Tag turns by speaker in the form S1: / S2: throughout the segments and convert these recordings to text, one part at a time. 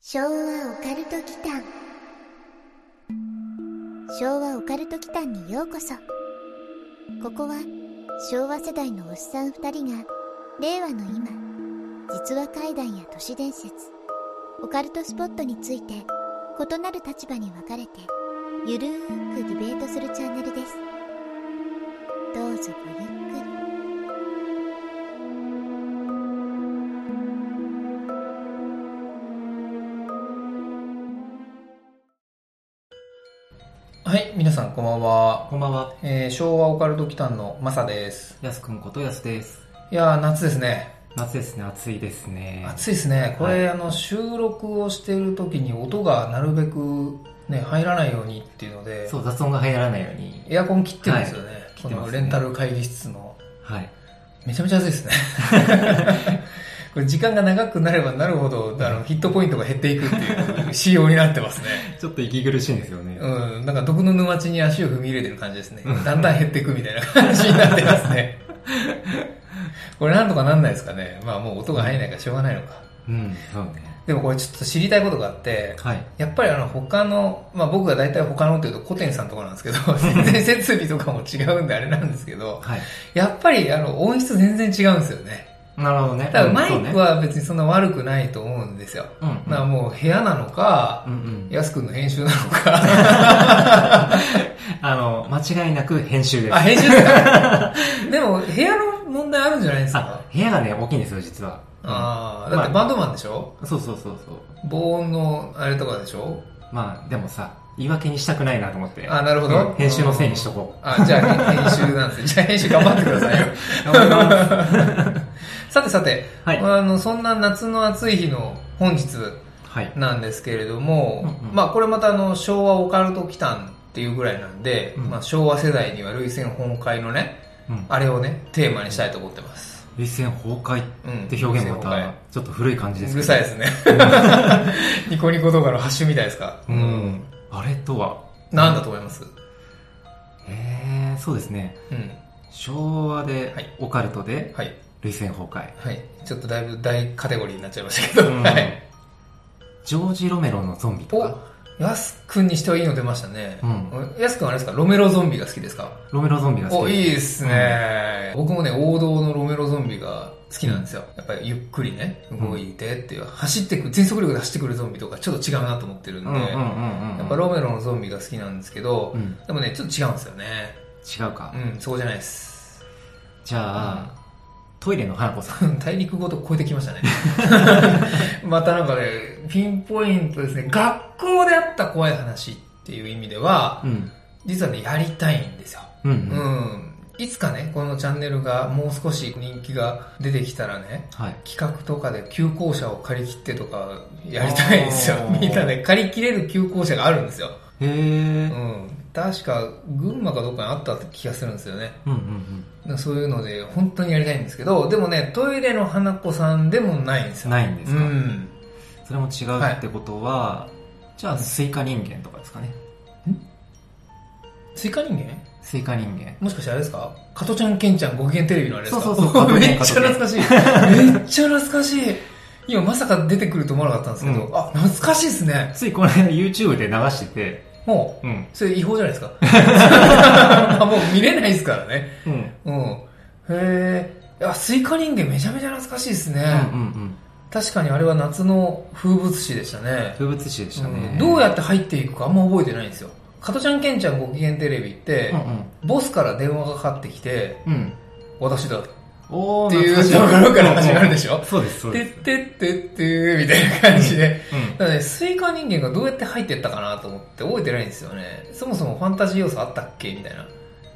S1: 昭和オカルト祈間昭和オカルト祈間にようこそここは昭和世代のおっさん2人が令和の今実話怪談や都市伝説オカルトスポットについて異なる立場に分かれてゆるーくディベートするチャンネルですどうぞごゆっくり
S2: はい、皆さんこんばんは。
S3: こんばんは、
S2: えー、昭和オカルト期間のマサです。
S3: やすくんことやすです。
S2: いやー、夏ですね。
S3: 夏ですね、暑いですね。
S2: 暑いですね。こ
S3: は
S2: れ、あの、収録をしている時に音がなるべくね、入らないようにっていうので、
S3: そう、雑音が入らないように。
S2: エアコン切ってるんですよね。
S3: 切
S2: こ
S3: ってます
S2: の
S3: ね
S2: レンタル会議室の。
S3: はい。
S2: めちゃめちゃ暑い ですね。これ時間が長くなればなるほど、あの、ヒットポイントが減っていくっていう仕様になってますね。
S3: ちょっと息苦しいんですよね。
S2: うん、なんか毒の沼地に足を踏み入れてる感じですね。だんだん減っていくみたいな感じになってますね。 これなんとかなんないですかね。まあもう音が入らないからしょうがないのか。
S3: うん、そうね。
S2: でもこれちょっと知りたいことがあって、
S3: はい。
S2: やっぱりあの他の、まあ僕が大体他のっていうと古典さんとかなんですけど、全 然設備とかも違うんであれなんですけど、
S3: はい。
S2: やっぱりあの音質全然違うんですよね。
S3: なるほどね。
S2: だから
S3: うん
S2: マイク、
S3: そうね
S2: は別にそんな悪くないと思うんですよ。
S3: うんうん
S2: まあもう部屋なのか
S3: う、んうん。
S2: やすくんの編集なのか、
S3: あの、間違いなく編集です。
S2: あ、編集ですか でも、部屋の問題あるんじゃないです
S3: あ
S2: か、
S3: 部屋がね、大きいんですよ、実は。
S2: ああ、
S3: まあ
S2: だってバンドマンでしょ
S3: そうそうそうそう。
S2: 防音のあれとかでしょ
S3: まあ、でもさ、言い訳にしたくないなと思って。
S2: あなるほど
S3: うん編集のせいにしとこう。
S2: あ、じゃあ 編集なんですね。じゃあ編集頑張ってくださいよ。さてさて、
S3: はい
S2: あの、そんな夏の暑い日の本日
S3: はい。
S2: なんですけれども、
S3: うんうん
S2: まあこれまたあの昭和オカルト期間っていうぐらいなんで、
S3: うん
S2: まあ、昭和世代には類戦崩壊のね、
S3: うん。
S2: あれをね、テーマにしたいと思ってます。
S3: 類線崩壊
S2: うん
S3: って表現もま
S2: 類線崩
S3: た、ちょっと古い感じです
S2: うる
S3: けど。
S2: さいですね。ニコニコ動画のハッシュみたいですか。
S3: うん。あれとは、
S2: なんだと思います
S3: えー、そうですね。
S2: うん。
S3: 昭和で、
S2: はい
S3: オカルトで、
S2: はい。
S3: 類線崩壊。
S2: はい。ちょっとだいぶ大カテゴリーになっちゃいましたけど。
S3: うん
S2: はい。
S3: ジョージ・ロメロのゾンビとか、
S2: おやすくんにしてはいいの出ましたね。
S3: うん
S2: やすくんあれですかロメロゾンビが好きですか
S3: ロメロゾンビが好
S2: お、
S3: き
S2: いいですね、僕もね、王道のロメロゾンビが好きなんですよ。やっぱりゆっくりね、動いてっていう、走ってく、全速力で走ってくるゾンビとかちょっと違うなと思ってるんで、
S3: うんうんうんうんうん。
S2: やっぱロメロのゾンビが好きなんですけど、
S3: うん
S2: でもね、ちょっと違うんですよね。
S3: 違うか。
S2: うん、そこじゃないです。
S3: じゃあ、トイレの花子さん。
S2: うん 大陸ごと超えてきました ね。またなんかね、ピンポイントですね、学校であった怖い話っていう意味では、
S3: うん。
S2: 実はね、やりたいんですよ。
S3: うん
S2: う
S3: うん。
S2: ん。いつかね、このチャンネルがもう少し人気が出てきたらね、
S3: はい。
S2: 企画とかで旧校舎を借り切ってとかやりたいんですよ
S3: あ。ー
S2: みんなね、借り切れる旧校舎があるんですよ。
S3: へえ
S2: う。ん。確か、群馬かどっかにあった気がするんですよね。
S3: うんうんうん
S2: そういうので、本当にやりたいんですけど、でもね、トイレの花子さんでもないんです
S3: うん。
S2: よ。
S3: ないんです
S2: う
S3: か、
S2: ん。
S3: それも違うってことは、じゃあ、スイカ人間とかですかね。
S2: スイカ人間
S3: スイカ人間。
S2: もしかしてあれですか加トちゃん、ケンちゃん、ご機嫌テレビのあれですか
S3: そうそうそう
S2: めっちゃ懐かしい。めっちゃ懐かしい。今まさか出てくると思わなかったんですけど、
S3: う
S2: あ、懐かしいですね。
S3: ついこの間 YouTube で流してて、
S2: も
S3: うん
S2: う、。それ違法じゃないです か。もう見れないですからね。
S3: うん。うん
S2: うん。へえ。いや、スイカ人間めちゃめちゃ懐かしいですね。
S3: うんうん。
S2: 確かにあれは夏の風物詩でしたね。
S3: 風物詩でしたね。
S2: うんどうやって入っていくかあんま覚えてないんですよ。加トちゃん、ケンちゃん、ご機嫌テレビって、
S3: うんうん。
S2: ボスから電話がかかってきて、
S3: うん。
S2: 私だ。
S3: おー
S2: っていう
S3: 懐し
S2: ところから始まるでしょ
S3: そうです、そう
S2: て
S3: で
S2: っ
S3: す。
S2: てってって、みたいな感じで。
S3: うん。
S2: だからね、スイカ人間がどうやって入ってったかなと思って覚えてないんですよね。そもそもファンタジー要素あったっけみたいな。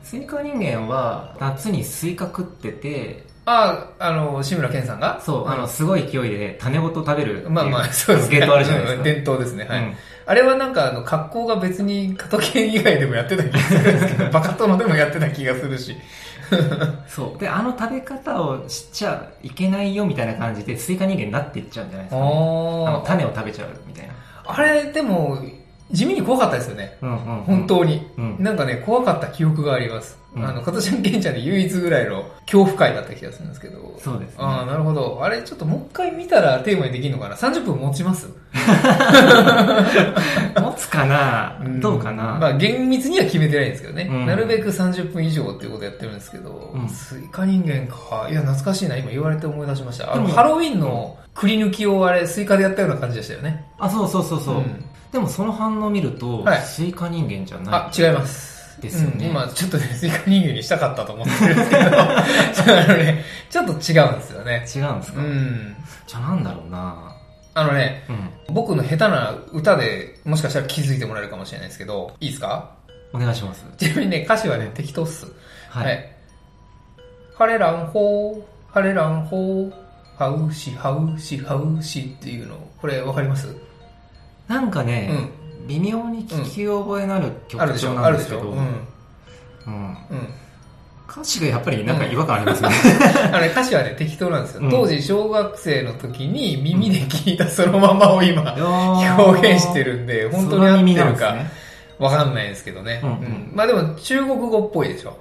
S3: スイカ人間は、夏にスイカ食ってて、
S2: ああ、あの、志村けんさんが
S3: そう、あの、
S2: ん
S3: すごい勢いで種ごと食べるっていう。
S2: まあまあ、そうですね。
S3: ゲートあるじゃないです
S2: うん伝統ですね。
S3: か。
S2: はい。
S3: うん
S2: あれはなんか、あの、格好が別に、加藤健以外でもやってた気がするんですけど、バカ殿でもやってた気がするし。
S3: そう。で、あの食べ方をしちゃいけないよみたいな感じで、スイカ人間になっていっちゃうんじゃないですかね。あの
S2: あ
S3: 種を食べちゃうみたいな。
S2: あ。あれ、でも、地味に怖かったですよね。
S3: うんうんうん
S2: 本当に。
S3: うん
S2: なんかね、怖かった記憶があります。
S3: うん
S2: あの、かたちゃんけんちゃんで唯一ぐらいの恐怖会だった気がするんですけど。
S3: そうですね
S2: ああ、なるほど。あれ、ちょっともう一回見たらテーマにできるのかな ?30 分持ちます
S3: 持つかな、どうかな、
S2: まあ厳密には決めてないんですけどね。
S3: うん
S2: なるべく30分以上っていうことやってるんですけど、
S3: うん
S2: スイカ人間か。いや、懐かしいな。今言われて思い出しました。あの、
S3: でも
S2: ハロウィンのくり抜きをあれ、スイカでやったような感じでしたよね。
S3: あ、そうそうそうそう。
S2: うん
S3: でもその反応を見ると、
S2: はい
S3: スイカ人間じゃない。
S2: あ、違います。
S3: ですよね
S2: うん今、ちょっとね、スイカ人間にしたかったと思ってるんですけど、 ちょっとあのね、ちょっと違うんですよね。
S3: 違うんです
S2: う
S3: か、
S2: ん。
S3: じゃあなんだろうな
S2: あのね、
S3: うん。
S2: 僕の下手な歌でもしかしたら気づいてもらえるかもしれないですけど、いいですか
S3: お願いします。
S2: ちなみにね、歌詞はね、適当っす。
S3: はい。
S2: 晴れらんほう、晴れらんほう、はうし、はうし、はうしっていうの、これわかります
S3: なんか
S2: う
S3: ね、
S2: ん。
S3: 微妙に聞き覚えのある曲
S2: あるでし
S3: 調
S2: ょ、
S3: な
S2: あ
S3: ん
S2: る
S3: で
S2: ですし
S3: け
S2: ょ。
S3: ど、
S2: うん。
S3: うん
S2: うん。
S3: 歌詞がやっぱりなんか違和感ありますね。
S2: あれ歌詞はね、適当なんですよ。
S3: うん
S2: 当時、小学生の時に耳で聞いたそのままを今、 表現して
S3: る。
S2: るんで、本当に合ってる
S3: 空耳なん
S2: か
S3: ですね
S2: わかんないですけどね。
S3: うんうん
S2: うんまあでも、中国語っぽいでしょ。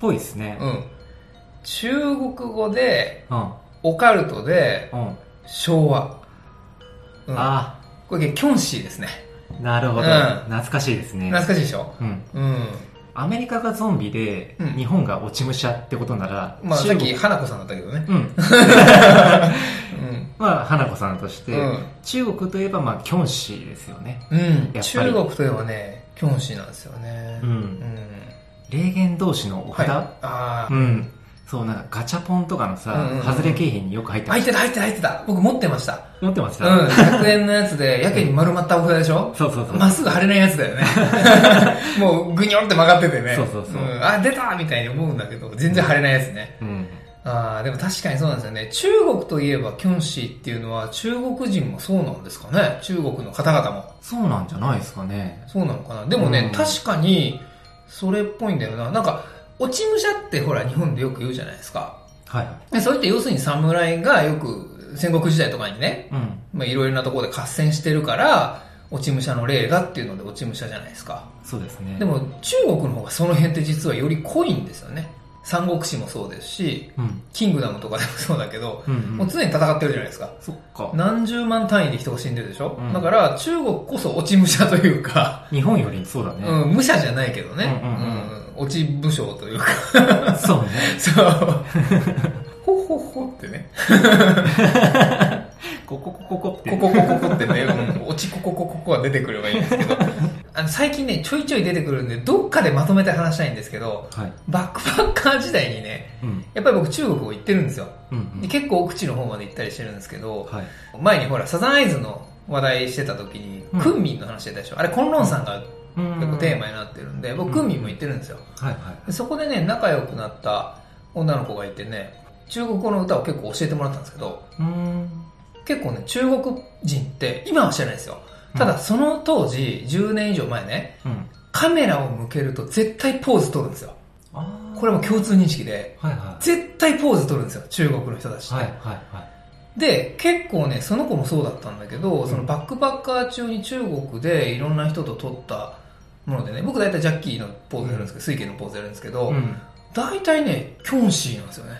S3: ぽいですね。
S2: うん。中国語で、
S3: うん。
S2: オカルトで、
S3: うん。
S2: 昭和。うん
S3: あ
S2: これ、キョンシーですね。
S3: あ、なるほど、
S2: うん
S3: 懐かしいですね。
S2: 懐かしいでしょ
S3: うん。
S2: うん。
S3: アメリカがゾンビで、
S2: うん
S3: 日本が落ち武者ってことなら、
S2: まあ、さ
S3: 中
S2: っ
S3: 国
S2: き、花子さんだったけどね。
S3: うん。
S2: うん。
S3: まあ、花子さんとして、
S2: うん
S3: 中国といえば、まあ、キョンシーですよね。
S2: うん。
S3: り
S2: 中国といえばね、キョンシーなんですよね。
S3: うん霊言同士のお
S2: はい。
S3: 札、
S2: ああ
S3: う。ん。そう、なんかガチャポンとかの
S2: うん
S3: さ
S2: うんう、ん
S3: 外れ景品によく入ってま
S2: 入っ
S3: す。
S2: てた、入ってた、入ってた。僕持ってました。
S3: 持ってまし
S2: う
S3: た、
S2: ん。100円のやつで、やけに丸まったお札でしょ
S3: そうそうそう。
S2: まっすぐ貼れないやつだよ ね。もう、ぐにょんって曲がっててね。
S3: そうそうそうん
S2: あ、出たみたいに思うんだけど、全然貼れないやつね。
S3: うん。
S2: ああ、でも確かにそうなんですよね。中国といえばキョンシーっていうのは、中国人もそうなんですかね。中国の方々も。
S3: そうなんじゃないですかね。
S2: そうなのかな。でもね、
S3: うん
S2: 確かに、それっぽいんだよな。なんか、落ち武者ってほら、日本でよく言うじゃないですか。
S3: はい。
S2: でそれって要するに侍がよく戦国時代とかにね、
S3: うん。
S2: まあいろいろなところで合戦してるから、落ち武者の例がっていうので落ち武者じゃないですか。
S3: そうですね。
S2: で、も中国の方がその辺って実はより濃いんですよね。三国志もそうですし、
S3: うん。
S2: キングダムとかでもそうだけど、
S3: うん、う。
S2: もうん常に戦ってるじゃないですか。
S3: そっか。
S2: 何十万単位で人が死んでるでしょ、
S3: うん
S2: だから中国こそ落ち武者というか、
S3: 日本よりそうだね。
S2: うん、武者じゃないけどね。
S3: うんうんうん
S2: うん落ち武将というか。
S3: そうね。
S2: そう。ほほほってね。
S3: こここここって。
S2: こここここってね、うん落ちこここここは出てくればいいんですけど。あの最近ね、ちょいちょい出てくるんで、どっかでまとめて話したいんですけど、
S3: はい。
S2: バックパッカー時代にね、
S3: うん。
S2: やっぱり僕中国を行ってるんですよ。
S3: うん、
S2: で結構奥地の方まで行ったりしてるんですけど、
S3: はい。
S2: 前にほら、サザンアイズの話題してた時に
S3: うん、
S2: クンミンの話してたでしょ。あれ、コンロンさんが
S3: うん
S2: 結構テーマになってるんで、僕、クンミンも行ってるんですよ。
S3: はいはい。
S2: でそこでね、仲良くなった女の子がいてね、中国語の歌を結構教えてもらったんですけど、
S3: うん。
S2: 結構ね、中国人って、今は知らないですよ。ただ、その当時、10年以上前ね、
S3: うん。
S2: カメラを向けると絶対ポーズ取るんですよ。
S3: ああ。
S2: これも共通認識で、
S3: はいは
S2: 絶対ポーズ取るんですよ、中国の人たちっ
S3: い。
S2: て。
S3: はいはいはい。
S2: で、結構ね、その子もそうだったんだけど、そのバックパッカー中に中国でいろんな人と撮ったものでね、僕大体ジャッキーのポーズやるんですけど、水慶のポーズやるんですけど、
S3: ん。
S2: 大体ね、キョンシーなんですよね。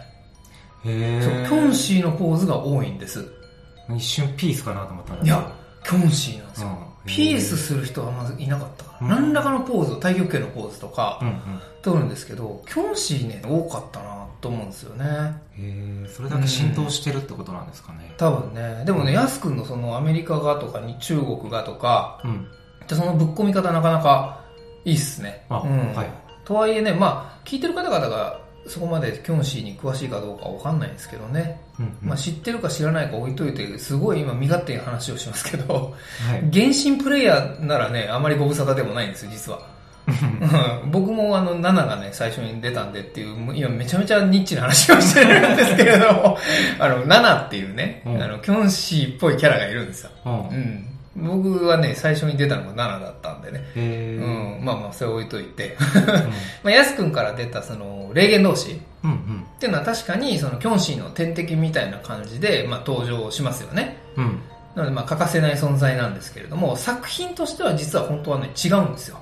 S3: へえ。
S2: そう、キョンシーのポーズが多いんです。
S3: 一瞬ピースかなと思ったんだ
S2: い
S3: けど
S2: や、キョンシーなんです
S3: う
S2: よ。
S3: ん。
S2: ピースする人はまずいなかったから、
S3: う
S2: 何
S3: ん
S2: らかのポーズ、太極拳のポーズと
S3: う
S2: か、
S3: んうん。
S2: 取るんですけど、キョンシーね、多かったなと思うんですよね。
S3: へえ、それだけ浸透してるってことなんですかね。
S2: 多分ね。でもね、ヤス君のそのアメリカがとかに中国がとか、
S3: うん。
S2: でそのぶっ込み方なかなかいいっすね。
S3: あ、
S2: うん
S3: はい。
S2: とはいえね、まあ、聞いてる方々がそこまでキョンシーに詳しいかどうかわかんないんですけどね。
S3: うんうん
S2: まあ、知ってるか知らないか置いといて、すごい今身勝手に話をしますけど、
S3: はい。
S2: 原神プレイヤーならね、あまりご無沙汰でもないんですよ、実は。 うん僕もあの、7がね、最初に出たんでっていう、もう今めちゃめちゃニッチな話をしてるんですけれど も、あの、7っていうね、
S3: うん
S2: あの、キョンシーっぽいキャラがいるんですよ。
S3: うん
S2: う
S3: へ
S2: ん。僕はね、最初に出たのが7だったんでね。う
S3: え。
S2: ん。まあまあ、それ置いといて。
S3: うん
S2: まあ、ヤス君から出たその、霊言同士っ
S3: うんうん。
S2: ていうのは確かに、その、キョンシーの天敵みたいな感じで、まあ、登場しますよね。
S3: うん。
S2: なので、まあ、欠かせない存在なんですけれども、作品としては実は本当はね、違うんですよ。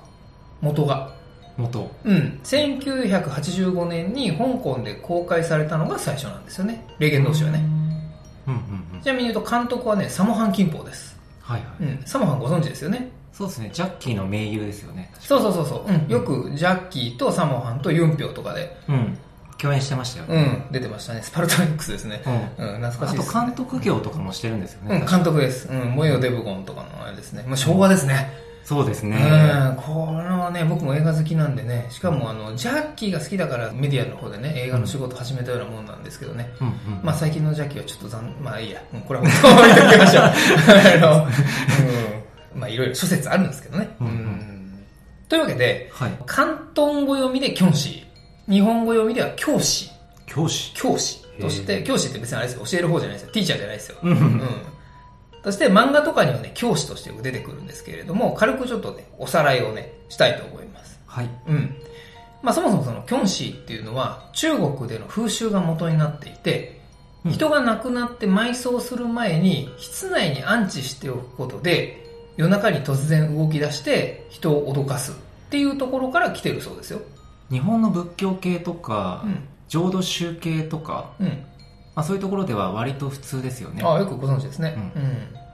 S2: 元が。
S3: 元
S2: うん。1985年に香港で公開されたのが最初なんですよね。霊言同士はね。
S3: うんうんうん
S2: ちなみに言うと、監督はね、サモハン・キンポーです。
S3: はいはい、
S2: うん。サモハンご存知ですよね。
S3: そうですねジャッキーの盟友ですよね
S2: そうそうそうそう。うん。よく、ジャッキーとサモハンとユンピョウとかで、
S3: うん共演してましたよね、
S2: うん、出てましたね。スパルタニックスですね。
S3: うん
S2: うん、懐か
S3: あ
S2: しい
S3: と
S2: です、ね。
S3: 監督業とかもしてるんですよ
S2: う
S3: ね、
S2: ん、監督です。うん、モエオ・デブゴンとかのあれですね。もう昭和ですね。
S3: そうですね、
S2: うん、これはね、僕も映画好きなんでね、しかもあの、ジャッキーが好きだからメディアの方でね、映画の仕事始めたようなもんなんですけどね。
S3: うんうん
S2: まあ最近のジャッキーはちょっと残、まあいいや、うんこれは本当に置いときましょ う。あの、うん、まあいろいろ諸説あるんですけどね。
S3: うんうん
S2: というわけで、
S3: はい
S2: 広東語読みでキョンシー、日本語読みでは教師、
S3: 教師
S2: 教師とし
S3: へ
S2: て、
S3: ー
S2: 教師って別にあれですよ、教える方じゃないですよ、ティーチャーじゃないですよ。
S3: うんうんうん
S2: そして漫画とかにはね、教師としてよく出てくるんですけれども、軽くちょっとね、おさらいをね、したいと思います。
S3: はい
S2: うん。まあそもそもその、キョンシーっていうのは、中国での風習が元になっていて、
S3: うん
S2: 人が亡くなって埋葬する前に、室内に安置しておくことで、夜中に突然動き出して、人を脅かすっていうところから来てるそうですよ。
S3: 日本の仏教系とか、
S2: うん。
S3: 浄土宗系とか、
S2: うん。
S3: まあ、そういうところでは割と普通ですよね
S2: ああ、よくご存知ですね。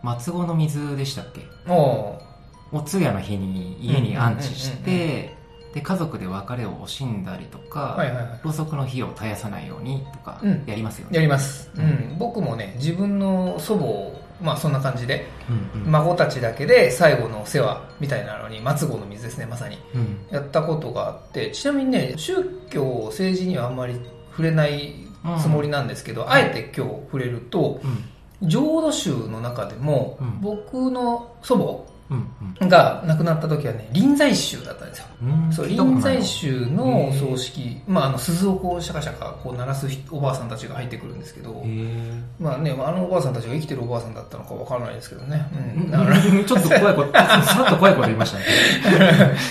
S3: う松子の水でしたっけ
S2: うん。おー
S3: お通夜の日に家に安置してで家族で別れを惜しんだりとか、
S2: はいはいはい。
S3: ろうそくの火を絶やさないようにとか
S2: うん
S3: やりますよね、
S2: やります、う
S3: うん
S2: ん僕もね自分の祖母をまあそんな感じで、
S3: うんうん
S2: 孫たちだけで最後のお世話みたいなのに松子の水ですねまさに
S3: うん
S2: やったことがあってちなみにね宗教政治にはあんまり触れないつもりなんですけど、あえて今日触れると
S3: うん
S2: 浄土宗の中でも、
S3: うん
S2: 僕の祖
S3: うん
S2: 母が亡くなった時はね臨済宗だったんですよ
S3: うんうん
S2: そう
S3: 聞いたこと
S2: 臨
S3: ない
S2: 済宗のお葬式、まあ、あの鈴をこうシャカシャカこう鳴らすおばあさんたちが入ってくるんですけど、
S3: へ
S2: まあね、あのおばあさんたちが生きてるおばあさんだったのかわからないですけどね。うん。だから、
S3: えちょっと怖いことさっと怖いこと言いましたね、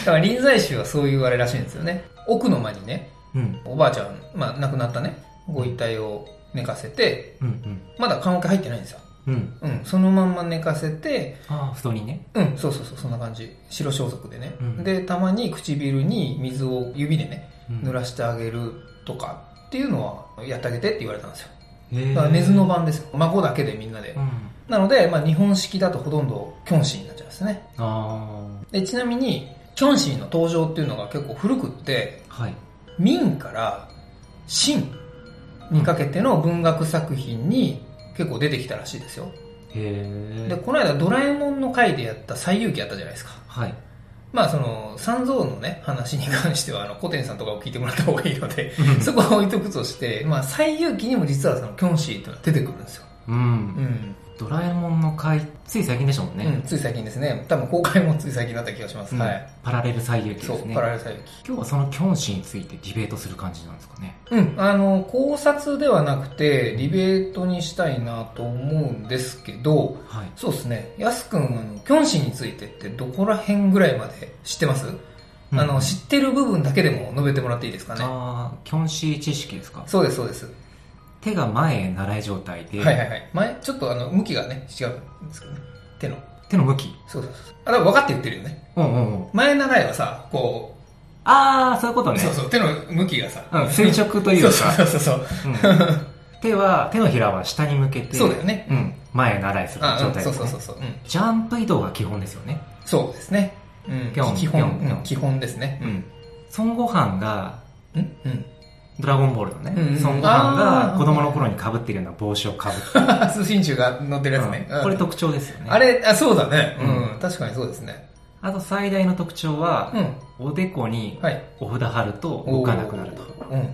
S2: だから臨済宗はそういうあれらしいんですよね。奥の間にね、
S3: うん
S2: おばあちゃん、まあ亡くなったね、ご遺体を寝かせて、
S3: うん
S2: まだ棺桶入ってないんですよ。
S3: うんうん
S2: うん、そのまんま寝かせて、
S3: ああ布団にね
S2: うん、そうそうそう、そんな感じ。白装束でね。
S3: うん
S2: で、たまに唇に水を指でね、濡
S3: し
S2: らしてあげるとかっていうのは、やってあげてって言われたんですよ。
S3: へ
S2: だから根津の番ですよ。孫だけでみんなで
S3: う。ん
S2: なので、まあ日本式だとほとんどキョンシーになっちゃうんですね。
S3: あ
S2: でちなみにキョンシーの登場っていうのが結構古くって
S3: あはい
S2: 明から清にかけての文学作品に結構出てきたらしいですよ
S3: へ
S2: で
S3: え
S2: この間ドラえもんの回でやった最遊記やったじゃないですか
S3: はい
S2: まあその三蔵のね話に関してはあの古典さんとかを聞いてもらった方がいいのでそこは置いとくとして、まあ、最遊記にも実はそのキョンシーっていうのは出てくるんですよ、
S3: うん
S2: うん
S3: ドラえもんの回つい最近でしたもんね、
S2: うん、つい最近ですね多分公開もつい最近だった気がします、
S3: うん
S2: はい
S3: パラレル最優記
S2: そ
S3: で
S2: う
S3: すね
S2: パラレル最遊記
S3: 今日はそのキョンシーについてディベートする感じなんですかね
S2: うん、あの、考察ではなくて、ディベートにしたいなと思うんですけど、
S3: はい
S2: そうですね、やすくん、あのキョンシーについてってどこら辺ぐらいまで知ってます、あの、知ってる部分だけでも述べてもらっていいですかね。
S3: あーキョンシー知識ですか
S2: そうです、そうです。
S3: 手が前へ習い状態で、
S2: はいはいはい。前、ちょっとあの、向きがね、違うんですけどね。手の。
S3: 手の向き
S2: そうそうそう。あ、だから分かって言ってるよね。
S3: うんうんうん
S2: 前習いはさ、こ
S3: ああそういうこと
S2: う、
S3: ね
S2: そうそう、手の向きがさ、
S3: うん、垂直という
S2: そ
S3: か
S2: うそうそうそう。
S3: うん手は手のひらは下に向けて
S2: そうだよね
S3: うん、前へ習いする
S2: あ、う
S3: 状
S2: ん、
S3: 態
S2: そ
S3: で
S2: う
S3: す、
S2: そう
S3: ね
S2: そうそう。うん
S3: ジャンプ移動が基本ですよね
S2: そうですね。うん
S3: ぴょん
S2: 基
S3: ぴょ
S2: 本
S3: んぴょん
S2: うん基本ですね。
S3: うん孫悟飯が
S2: うんうん。
S3: ドラゴンボールのね、
S2: うんうん
S3: 孫悟飯
S2: あ
S3: が
S2: ー
S3: 子供の頃に被ってるような帽子を被って
S2: 通信中が載ってるやつね。
S3: うんこれ特徴ですよね
S2: あれ、あ、そうだね。
S3: うん
S2: うん。確かにそうですね。
S3: あと最大の特徴は
S2: う、ん。
S3: おでこに
S2: はい。
S3: お札貼ると動かなくなると
S2: うんうんうん。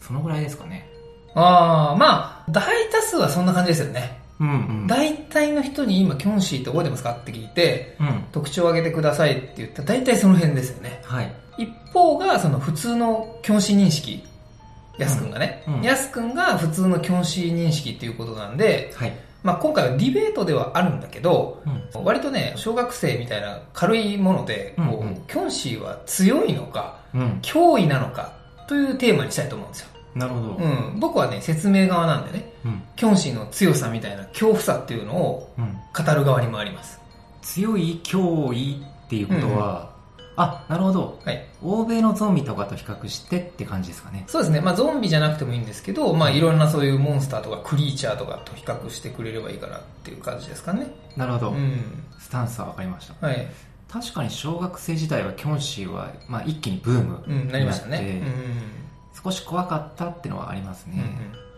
S3: そのぐらいですかね
S2: ああ、まあ、大多数はそんな感じですよね。
S3: うんうん
S2: 大体の人に今、キョンシーって覚えてますかって聞いて、
S3: うん
S2: 特徴を挙げてくださいって言ったら大体その辺ですよね。
S3: はい
S2: 一方が、その普通のキョンシー認識。やすくんがね
S3: うんう。ん
S2: やすくんが普通のキョンシー認識っていうことなんで、
S3: はい、
S2: まあ今回はディベートではあるんだけど、
S3: うん、
S2: 割とね小学生みたいな軽いもので、こう
S3: うんうん
S2: キョンシーは強いのか
S3: うん
S2: 脅威なのかというテーマにしたいと思うんですよ
S3: なるほど。
S2: う。ん、僕はね、説明側なんでね、
S3: うん。
S2: キョンシーの強さみたいな恐怖さっていうのを
S3: うん。
S2: 語る側に回ります。
S3: 強い、脅威っていうことは、あ、なるほど。
S2: はい。
S3: 欧米のゾンビとかと比較してって感じですかね。
S2: そうですね、まあゾンビじゃなくてもいいんですけど、まあいろんなそういうモンスターとかクリーチャーとかと比較してくれればいいかなっていう感じですかね。
S3: なるほど。
S2: うん。
S3: スタンスは分かりました。
S2: はい。
S3: 確かに小学生時代はキョンシーは、まあ、一気にブーム
S2: う
S3: になって、
S2: ん、なりましたね。
S3: 少し怖かったってのはあります
S2: うん。うんう
S3: ね、
S2: ん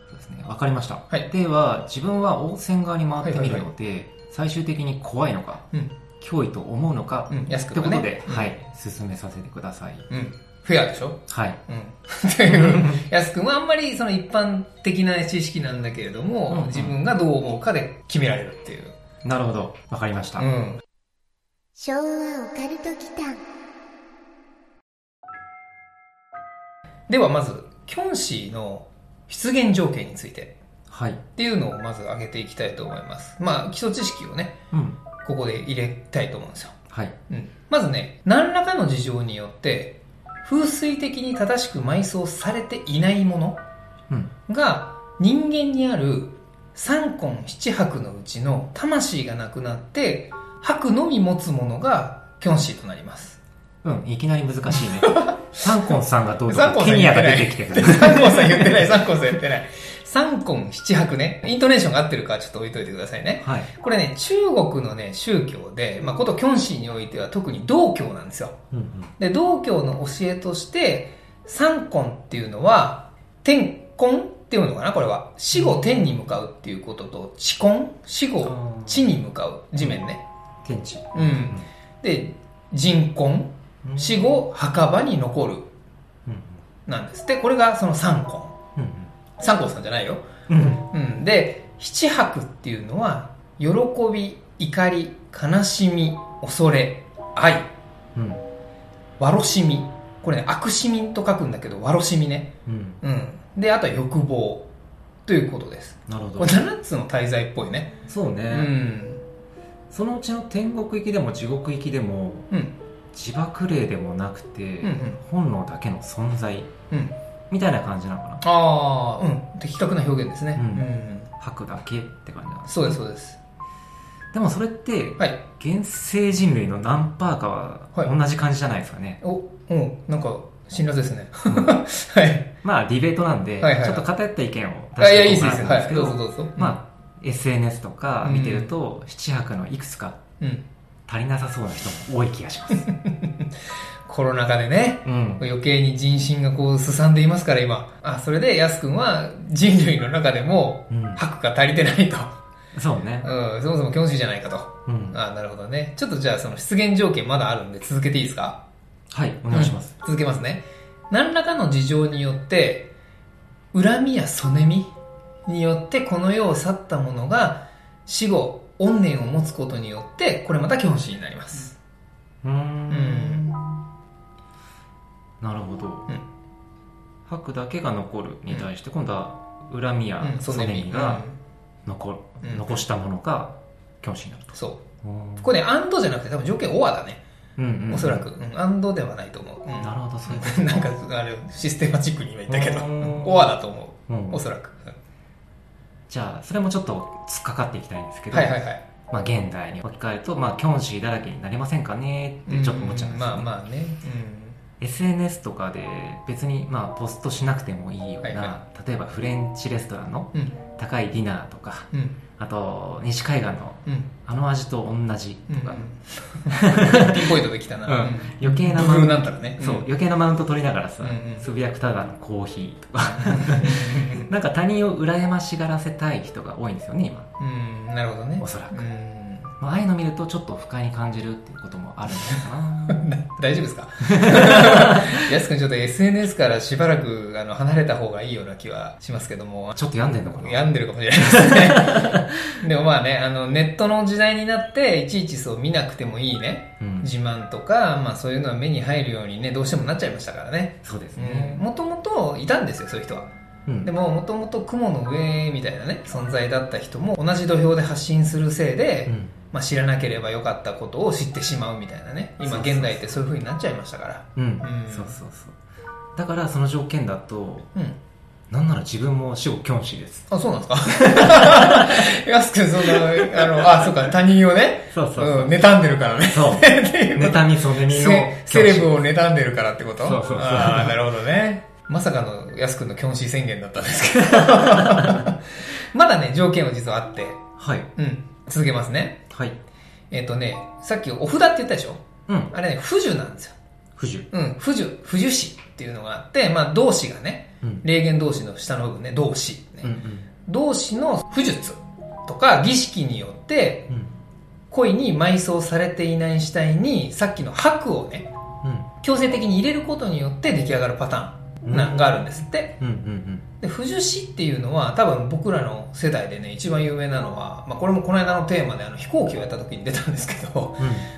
S3: そうですね分かりました、
S2: はい
S3: では自分は温泉側に回ってみる
S2: はいは
S3: ので、最終的に怖いのか、
S2: うん
S3: 脅威と思うのか、
S2: うん、安く
S3: って
S2: と
S3: こ
S2: か
S3: と
S2: ね。
S3: で、はい、進めさせてください。
S2: うん。フェアでしょ
S3: はい。
S2: うん。 っていう、安くんはあんまりその一般的な知識なんだけれども、
S3: うんうん
S2: 自分がどう思うかで決められるっていう。
S3: なるほど。わかりました。
S2: うん。
S1: 昭和オカルト祈間
S2: ではまず、キョンシーの出現条件について
S3: はい。
S2: っていうのをまず挙げていきたいと思います。まあ、基礎知識をね、
S3: うん。
S2: ここで入れたいと思うんですよ。
S3: はい。
S2: うん。まずね、何らかの事情によって、風水的に正しく埋葬されていないもの
S3: うん。
S2: が人間にある三魂七魄のうちの魂がなくなって魄のみ持つものがキョンシーとなります
S3: うん。いきなり難しい ね。サンコンさんがどうぞ
S2: サンコンさ
S3: ケ
S2: ん
S3: ニ
S2: 言
S3: ア
S2: っ
S3: が
S2: てな
S3: 出
S2: い
S3: てきてく
S2: 三
S3: ださい。
S2: 魂さん言ってない三魂さん言ってない三魂七魄ねイントネーションが合ってるかちょっと置いといてくださいね
S3: はい。
S2: これね中国のね宗教で、まあ、ことキョンシーにおいては特に道教なんですよ
S3: うんうん。
S2: で道教の教えとして三魂っていうのは天魂っていうのかなこれは死後天に向かうっていうことと地魂死後
S3: あー
S2: 地に向かう地面ね
S3: 天地。
S2: うんで人魂
S3: うん
S2: 死。後墓場に残る
S3: うん
S2: なんですでこれがその三魂
S3: うん。
S2: 三魂さんじゃないよ、
S3: うんうん。
S2: うん、で七白っていうのは喜び怒り悲しみ恐れ愛
S3: うん。
S2: わろしみこれね悪しみと書くんだけどわろしみね
S3: うん。
S2: うん。で、あとは欲望ということです。
S3: なるほ
S2: こ
S3: ど
S2: れ。7つの滞在っぽいね。
S3: そうね。
S2: うん。
S3: そのうちの天国行きでも地獄行きでも
S2: うん。
S3: 自爆霊でもなくて、
S2: うんうん。
S3: 本能だけの存在
S2: うん。
S3: みたいな感じなのかな
S2: ああ、うん。的確な表現ですね。
S3: う
S2: うんん。
S3: 吐くだけって感じなんです
S2: そうです、そうです。
S3: でもそれって
S2: はい。
S3: 現生人類の何パーかは
S2: はい
S3: 同じ感じじゃないですかね、
S2: お、うん。なんか、辛辣ですね。 はい。
S3: まあディベートなんで、
S2: はいはいはい
S3: ちょっと偏った意見を出
S2: あ、いや、いい
S3: し
S2: です、
S3: て
S2: いい
S3: も
S2: です。は
S3: らったんです
S2: い。
S3: け
S2: ど
S3: ど、
S2: うぞ、どうぞ。
S3: まあ SNS とか見てると、七白のいくつか
S2: あ、うん。
S3: 足りなさそうな人も多い気がします、
S2: コロナ禍でね。
S3: うん、
S2: 余計に人心がこう、すさんでいますから、今。あ、それで、やすくんは人類の中でも、
S3: うん
S2: 白が足りてないと。
S3: そうね、
S2: うん。そもそも教師じゃないかと。
S3: うん、
S2: ああ、なるほどね。ちょっとじゃあその出現条件まだあるんで続けていいですか
S3: はいお願いします、
S2: 続けますね。何らかの事情によって、恨みやそねみによってこの世を去った者が死後、怨念を持つことによって、これまた教師になります。
S3: うーん
S2: ん
S3: なるほど、
S2: うん
S3: 吐くだけが残るに対して、今度は恨みや
S2: うん、
S3: そ
S2: そ
S3: ね
S2: ね
S3: み
S2: み。
S3: が
S2: う
S3: 残,、
S2: うん
S3: 残したものが教師になると
S2: ん、そう。
S3: うん
S2: ここで、アンドじゃなくて多分条件オアだね。
S3: うんうん
S2: おそらく。うん、アンドではないと思う。うん
S3: なるほどそういうこ
S2: なんか、あれ、システマチックに今言ったけど、
S3: うん
S2: オアだと思
S3: と、うん
S2: う。おそらく。
S3: じゃあそれもちょっと突っかかっていきたいんですけ
S2: うん
S3: ど、
S2: はいはいはい。
S3: まあ、現代に置き換えると、まあ、キョンシーだらけになりませんかねってちょっと思っちゃうんですよね
S2: まあまあね。
S3: SNS とかで別にまあポストしなくてもいいような、
S2: はいは
S3: 例えばフレンチレストランの
S2: うん。
S3: 高いディナーとか
S2: うん。うん。
S3: あと西海岸の
S2: うん。
S3: あの味と同じ
S2: うん
S3: とか、
S2: ピンポイントできたな。
S3: うん余計な
S2: ブルー
S3: マウン
S2: なんたらね。
S3: ト、そう、
S2: ん
S3: 余計なマウント取りながらさ、
S2: うんうん
S3: つぶやくただのコーヒーとか、 なんか他人を羨ましがらせたい人が多いんですよね、今、
S2: うん、なるほどね
S3: お。そらく。
S2: うん
S3: まあ、ああいうの見ると、ちょっと不快に感じるっていうこともあるの かな。
S2: 大丈夫ですかやすくんちょっと SNS からしばらくあの離れた方がいいような気はしますけども、
S3: ちょっと病んでんのかな。
S2: 病んでるかもしれない ですね。でもまあね、あのネットの時代になって、いちいちそう見なくてもいいね、
S3: うん、
S2: 自慢とか、まあそういうのは目に入るようにね、どうしてもなっちゃいましたからね。
S3: そうですね。
S2: もともといたんですよ、そういう人は。
S3: うん
S2: でも、もともと雲の上みたいなね、存在だった人も、同じ土俵で発信するせいで、
S3: うん
S2: まあ、知らなければよかったことを知ってしまうみたいなね。
S3: そう
S2: 今、
S3: そうそう
S2: 現代ってそういう風になっちゃいましたから。
S3: うん
S2: うん
S3: そうそうそう。だから、その条件だと、
S2: うん。
S3: なんなら自分も死後キョンシーです。
S2: あ、そうなんですか 安くん、その、あの、あ、そうか、他人をね、
S3: そうそうそう
S2: うん、妬んでるからね。
S3: そう
S2: っていうこと
S3: 妬みそねみの
S2: セセレブを妬んでるからってこと
S3: そうそうそう
S2: ああ、なるほどね。まさかの安くんのキョンシー宣言だったんです けど。まだね、条件は実はあって。
S3: はい。
S2: うん。続けますね。
S3: はい。
S2: えっ、とね、さっきお札って言ったでしょ
S3: うん。
S2: あれね、不樹なんですよ。
S3: 不樹。
S2: うん、不樹、不樹詞っていうのがあって、まあ、動詞がね、
S3: うん。
S2: 霊言動詞の下の部分ね、動詞、ね
S3: うん
S2: 動詞の不術とか儀式によって
S3: うん。うん。
S2: 恋に埋葬されていない死体にさっきの白をね強制的に入れることによって出来上がるパターンな
S3: うん
S2: があるんですって
S3: うん。うん。うん。
S2: で不樹死っていうのは多分僕らの世代でね一番有名なのは、まあ、これもこの間のテーマであの飛行機をやった時に出たんですけど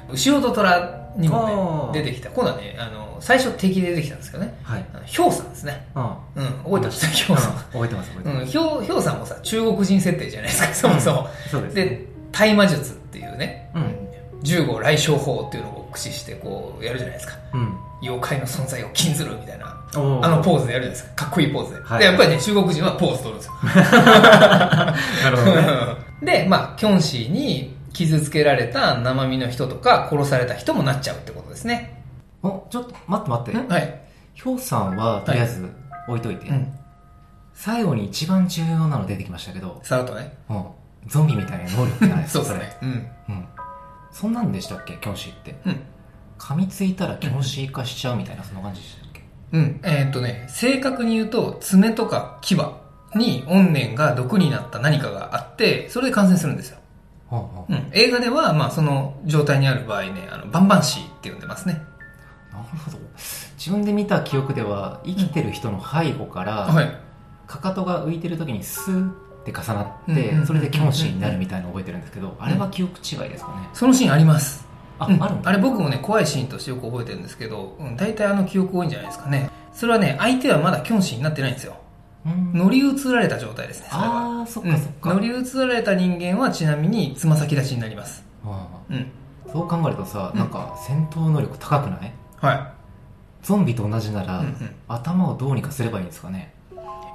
S3: うん。
S2: 後ろと虎にも
S3: あー
S2: ね出てきた今度はねあの最初敵で出てきたんですけどね
S3: はい。
S2: あのヒョウさんですね
S3: あ
S2: うん覚えてま したヒョ
S3: あ。
S2: ウさん
S3: 覚えてます、覚えて
S2: う
S3: ま
S2: ん、ひょうひょうさんもさ中国人設定じゃないですかそもそも、
S3: す。そうですね。
S2: で大魔術っていうね、
S3: うん
S2: 十五来将法っていうのを駆使してこうやるじゃないですか
S3: うん。
S2: 妖怪の存在を禁ずるみたいな
S3: おー
S2: あのポーズでやるじゃないですかかっこいいポーズで,、
S3: はい
S2: でやっぱりね中国人はポーズ取るんですよ
S3: なるほどね。
S2: でまあキョンシーに傷つけられた生身の人とか殺された人もなっちゃうってことですね
S3: お、ちょっと、待って待って。
S2: はい、
S3: ヒョウさんは、とりあえず、置いといて
S2: う。ん、
S3: 最後に一番重要なの出てきましたけど、
S2: さらっとね
S3: うんゾンビみたいな能力じゃないです
S2: そう
S3: か、
S2: です
S3: れ
S2: ねうん
S3: うん。そんなんでしたっけ、キョンシーって。
S2: うん
S3: 噛みついたらキョンシー化しちゃうみたいな、そんな感じでしたっけ。
S2: うん、えーっ、とね、正確に言うと、爪とか牙に怨念が毒になった何かがあって、それで感染するんですよ。
S3: ほうほ
S2: うん、映画では、まあ、その状態にある場合ね、あの、バンバンシーって呼んでますね。
S3: うなるほど。自分で見た記憶では、生きてる人の背後から、
S2: はい。
S3: かかとが浮いてる時にスーって重な
S2: うんうんう
S3: っ
S2: んうん
S3: てそれでキョンシーになるみたいなのを覚えてるんですけどあれは記憶違いですかね
S2: そのシーンあります。
S3: あ、
S2: うん
S3: あるんだ
S2: あれ僕もね、怖いシーンとしてよく覚えてるんですけど、うん、大体あの記憶多いんじゃないですかね。それはね、相手はまだキョンシーになってないんですよ。
S3: うん
S2: 乗り移られた状態ですね、それは。
S3: あーそっ
S2: う
S3: かそっ
S2: ん、
S3: か、
S2: 乗り移られた人間はちなみにつま先立ちになります。
S3: あ
S2: うん。
S3: ーそう考えるとさなんか戦闘能力高くない
S2: は。
S3: ゾンビと同じないら、
S2: うんうん
S3: 頭をどうにかすればいいんですかね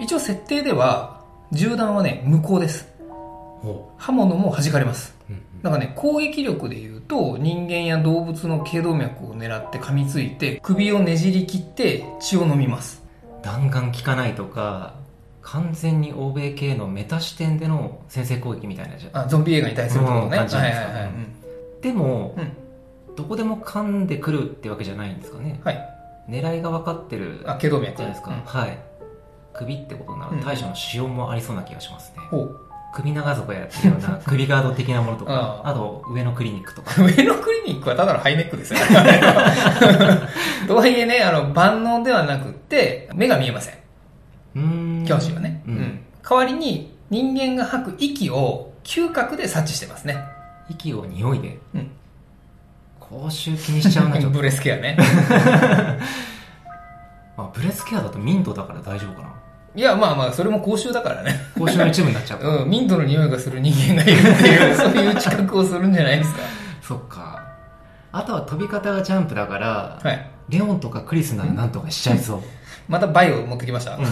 S2: 一応設定では銃弾はね無効です
S3: ほ
S2: 刃物も弾かれます
S3: う、うん
S2: だからね攻撃力で言うと人間や動物の頸動脈を狙って噛みついて首をねじり切って血を飲みます
S3: 弾丸効かないとか完全に欧米系のメタ視点での先制攻撃みたいなじゃん
S2: あゾンビ映画に対するってこと
S3: うん
S2: ね
S3: 感じなんです
S2: は
S3: か
S2: いはいはい、うん
S3: でも、
S2: うん
S3: どこでも噛んでくるってわけじゃないんですかね
S2: はい
S3: 狙いが分かってる
S2: あ頸動脈
S3: じゃないですか、
S2: うん
S3: はい首ってことな
S2: うん
S3: ら対処のしようもありそうな気がしますね、
S2: ほう
S3: 首長底やってるよう な首ガード的なものとか
S2: あ
S3: あと上のクリニックとか
S2: 上のクリニックはただのハイネックですよ とはいえねあの万能ではなくって目が見えません
S3: うーん
S2: 教師はね、
S3: うん
S2: 代わりに人間が吐く息を嗅覚で察知してますね
S3: 息を匂いで、
S2: うん
S3: 口臭気にしちゃうなちょっ と
S2: ブレスケアね。
S3: まあ、ブレスケアだとミントだから大丈夫かない
S2: や、まあまあ、それも口臭だからね。
S3: 口臭の一部になっちゃうから
S2: うん、ミントの匂いがする人間がいるっていう、そういう知覚をするんじゃないですか。
S3: そっかあとは飛び方がジャンプだから、
S2: はい。
S3: レオンとかクリスならなんとかしちゃいそう、
S2: またバイオ持ってきました。
S3: うん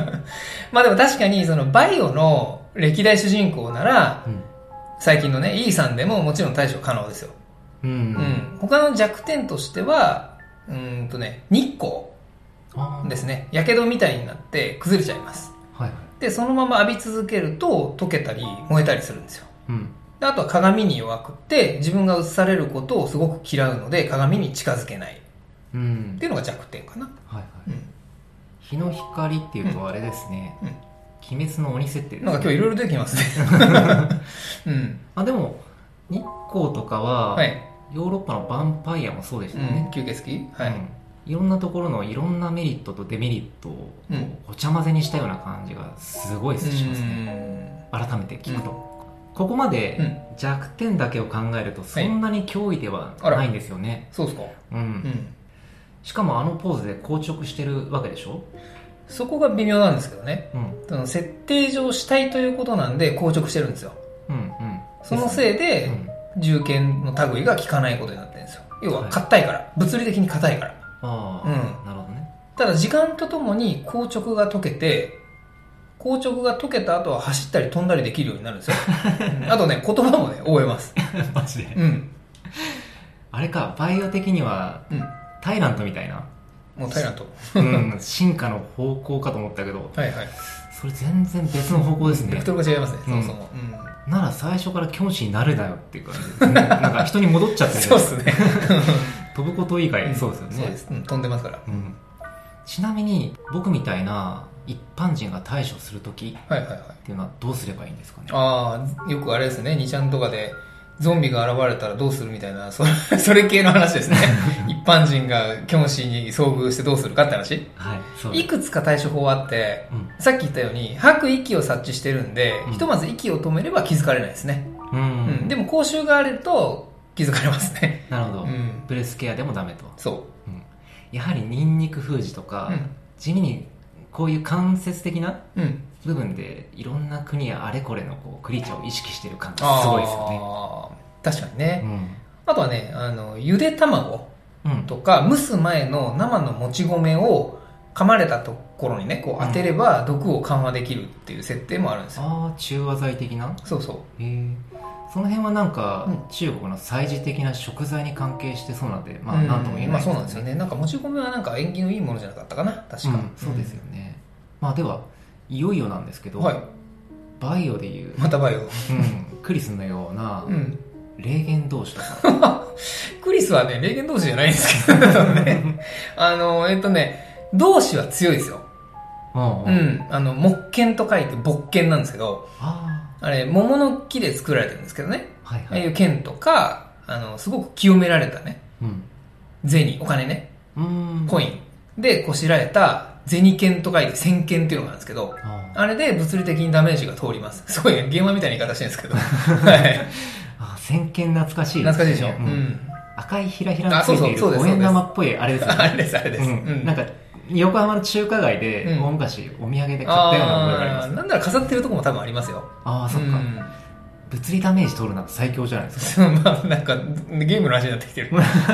S2: まあでも確かに、そのバイオの歴代主人公なら、
S3: うん
S2: 最近のね、E さんでももちろん対処可能ですよ。
S3: うん
S2: う、ん。他の弱点としては、うーんとね、日光
S3: あー
S2: ですね。火傷みたいになって崩れちゃいます。
S3: はいはい
S2: で、そのまま浴び続けると溶けたり燃えたりするんですよ。
S3: うん
S2: であとは鏡に弱くって自分が映されることをすごく嫌うので鏡に近づけないっ
S3: うん
S2: ていうのが弱点かな。
S3: はいはい
S2: うん。
S3: 日の光っていうとあれですね、
S2: うん
S3: 鬼滅の鬼設定ですね
S2: なんか今日いろいろ出てきますね。 うん。
S3: あでも日光とかは、
S2: はい。
S3: ヨーロッパのヴァンパイアもそうでし
S2: う
S3: たよね
S2: ん、、吸血鬼はい。
S3: うんいろんなところのいろんなメリットとデメリットを
S2: うん
S3: ごちゃ混ぜにしたような感じがすごいしますね、改めて聞くと、
S2: う
S3: ここまで
S2: うん
S3: 弱点だけを考えるとそんなに脅威では
S2: あら
S3: ないんですよね、
S2: そうっすか。
S3: うん
S2: うん。
S3: しかもあのポーズで硬直してるわけでしょ、
S2: そこが微妙なんですけどね。
S3: うん、
S2: その設定上死体ということなんで硬直してるんですよ。
S3: うんうん
S2: そのせいで、
S3: うん
S2: 銃剣の類が効かないことになってるんですよ。要は
S3: はい
S2: 硬いから。物理的に硬いから。
S3: ああ、なるほどね
S2: ただ時間とともに硬直が解けて硬直が解けた後は走ったり飛んだりできるようになるんです よ。うんあとね、言葉もね、覚えます。
S3: マジで。
S2: うん。
S3: あれか、バイオ的には、
S2: うん。
S3: タイラントみたいな、
S2: もうタイラント。
S3: うん、進化の方向かと思ったけど、
S2: はいはい。
S3: それ全然別の方向です
S2: ベ
S3: ね
S2: ク。トルが違いますね、そ
S3: うん
S2: もそも。うん。
S3: なら最初から教師になるなよっていう感じ。なんか人に戻っちゃってる
S2: そうっすね。
S3: 飛ぶこと以外、 そうですよね。
S2: そうです。うん飛んでますから。
S3: うん、ちなみに僕みたいな一般人が対処する時っ
S2: はいはいはい。
S3: ていうのはどうすればいいんですかね
S2: ああ、よくあれですね、2ちゃんとかで、ゾンビが現れたらどうするみたいな、そ それ系の話 ですね。一般人がキョンシーに遭遇してどうするかって話。
S3: はいそうで
S2: い
S3: す、
S2: くつか対処法あって、
S3: うん
S2: さっき言ったように、吐く息を察知してるんで、
S3: うん
S2: ひとまず息を止めれば気づかれないですね。
S3: う
S2: うん
S3: ん、
S2: でも、口臭があると気づかれます ね。
S3: なるほど、
S2: うん。
S3: ブレスケアでもダメと、
S2: そ
S3: うん、やはりニンニク封じとか、
S2: う。
S3: 地味にこういう間接的な
S2: うん。うん。
S3: 部分でいろんな国やあれこれのこうクリーチャーを意識してる感
S2: あ
S3: が
S2: ー
S3: すごいですよね
S2: 確かにね。
S3: うん
S2: あとはね、あの、ゆで卵。
S3: うん
S2: とか蒸す前の生のもち米を噛まれたところにねこう当てれば毒を緩和できるっていう設定もあるんですよ、
S3: ああ中和剤的な
S2: そうそう
S3: へえその辺はなんか、
S2: うん
S3: 中国の祭事的な食材に関係してそうなんでまあ
S2: うん
S3: なんとも言え
S2: ま
S3: な
S2: あ
S3: い
S2: そうなんですよねなんかもち米はなんか縁起のいいものじゃなかったかな確か、
S3: うんそうですよね、まあではいよいよなんですけ
S2: う
S3: ど、
S2: んはい
S3: バイオ でいう、
S2: またバイオ、
S3: うん、クリスのような
S2: うん、
S3: 霊言同士とか、
S2: クリスはね霊言同士じゃないんですけど ねあのえっとね同士は強いですよ、
S3: うん
S2: う
S3: うん、
S2: ん、あの木剣と書いて木剣なんですけど
S3: あ
S2: あれ桃の木で作られてるんですけどね
S3: あはい
S2: あ
S3: は
S2: あい
S3: い、
S2: う剣とかあのすごく清められたね
S3: うん
S2: 銭お金ね
S3: うーん
S2: コインでこしらえた銭券と書いて銭券っていうのがあるんですけど、
S3: ああ
S2: あれで物理的にダメージが通ります。すごいね、ゲーマーみたいな言い方してるんですけ ど。はい。
S3: あ先見懐かしい
S2: 懐かしいでしょ。う
S3: うん
S2: ん。
S3: 赤いひらひら
S2: あ
S3: につ
S2: そう
S3: い
S2: そう
S3: ている
S2: そうです
S3: 五円玉っぽいあれですよ
S2: あ
S3: ね
S2: れです、あれです。
S3: うん、なんか横浜の中華街で
S2: うん
S3: 大昔お土産で買ったような覚えがありま
S2: あ
S3: す、
S2: ーなんなら飾ってるとこも多分ありますよ。
S3: ああそっか、物理ダメージ取るなんて最強じゃないですか、
S2: うん まあ、なんか、ゲームの話になってきて る。